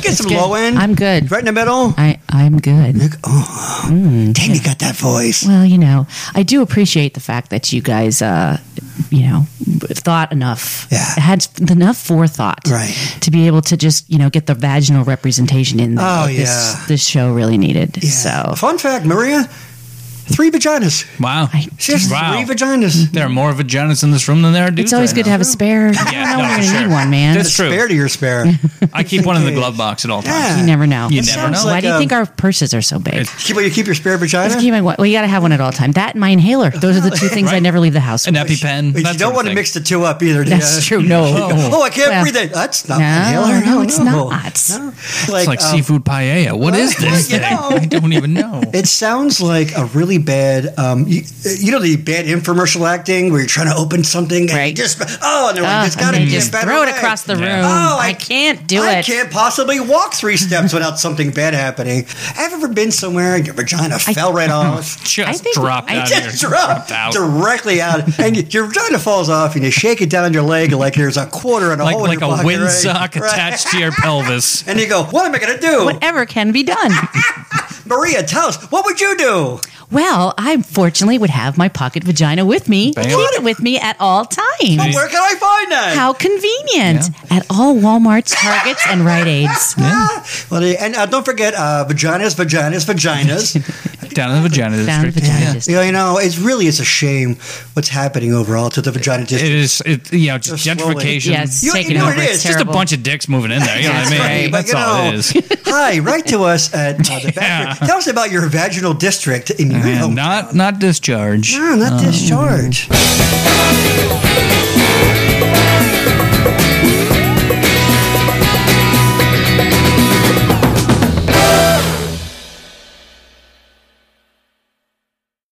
get it's some good. low end? I'm good. Right in the middle? I, I'm good. Oh, damn, you got that voice. Well, you know, I do appreciate the fact that you guys, uh, you know, thought enough, Yeah. had enough forethought, Right. to be able to just, you know, get the vaginal representation in. That Oh, this, yeah. this show really needed. Yeah. So Fun fact, Maria, three vaginas. Wow. I- She has Wow. three Mm-hmm. vaginas. There are more vaginas in this room than there are dudes. it's always right good to now. have a spare. Yeah, I don't no, know for we're gonna sure. need one, man. That's true. Spare to your spare. I keep one in the glove box at all times. Yeah. you never know. You That never sounds- know. Why like, do you um, think our purses are so big? It's- Keep, you keep your spare vagina? Let's keep my, well, you got to have one at all time. That and my inhaler. Those are the two things I Right. never leave the house. An with. EpiPen. But you that sort don't of want to thing. mix the two up either. do That's ya? true. No. Oh, I can't Well, breathe. That. That's not no, inhaler. no, it's no. not. No. It's like um, seafood paella. What is this you thing? know. I don't even know. It sounds like a really bad, um, you, you know, the bad infomercial acting where you're trying to open something and Right. you just oh, and they're Ugh, like, it's and got to they be just a better throw it way." across the room. Yeah. Oh, Um, I, can't do I it. can't possibly walk three steps without something bad happening. Have you ever been somewhere and your vagina fell right off? Just I think- dropped I out of Just here. dropped out. directly out, and y- your vagina falls off, and you shake it down your leg like there's a quarter and a Like, hole like in your a pocket, right? windsock Right. attached to your pelvis. And you go, what am I going to do? Whatever can be done. Maria, tell us, what would you do? well, I fortunately would have my pocket vagina with me, Bam. keep it with me at all times. Where can I find that? How convenient! Yeah. At all Walmarts, Targets, and Rite Aids. Well, they- and uh, don't forget uh, vaginas, vaginas, vaginas. Down in the vagina Down at district. vagina Yeah. district. you, know, you know, it's really it's a shame what's happening overall to the vagina It district. is, it, you know, just They're slowly- gentrification. Yes, You- you taking know over. what it is? it's Just Just a terrible. bunch of dicks moving in there. You know That's what I right, mean? but, That's you all it know, is. Hi, write to us at uh, the back. Tell us about your vaginal district in your And home. not not discharge. no, not discharge.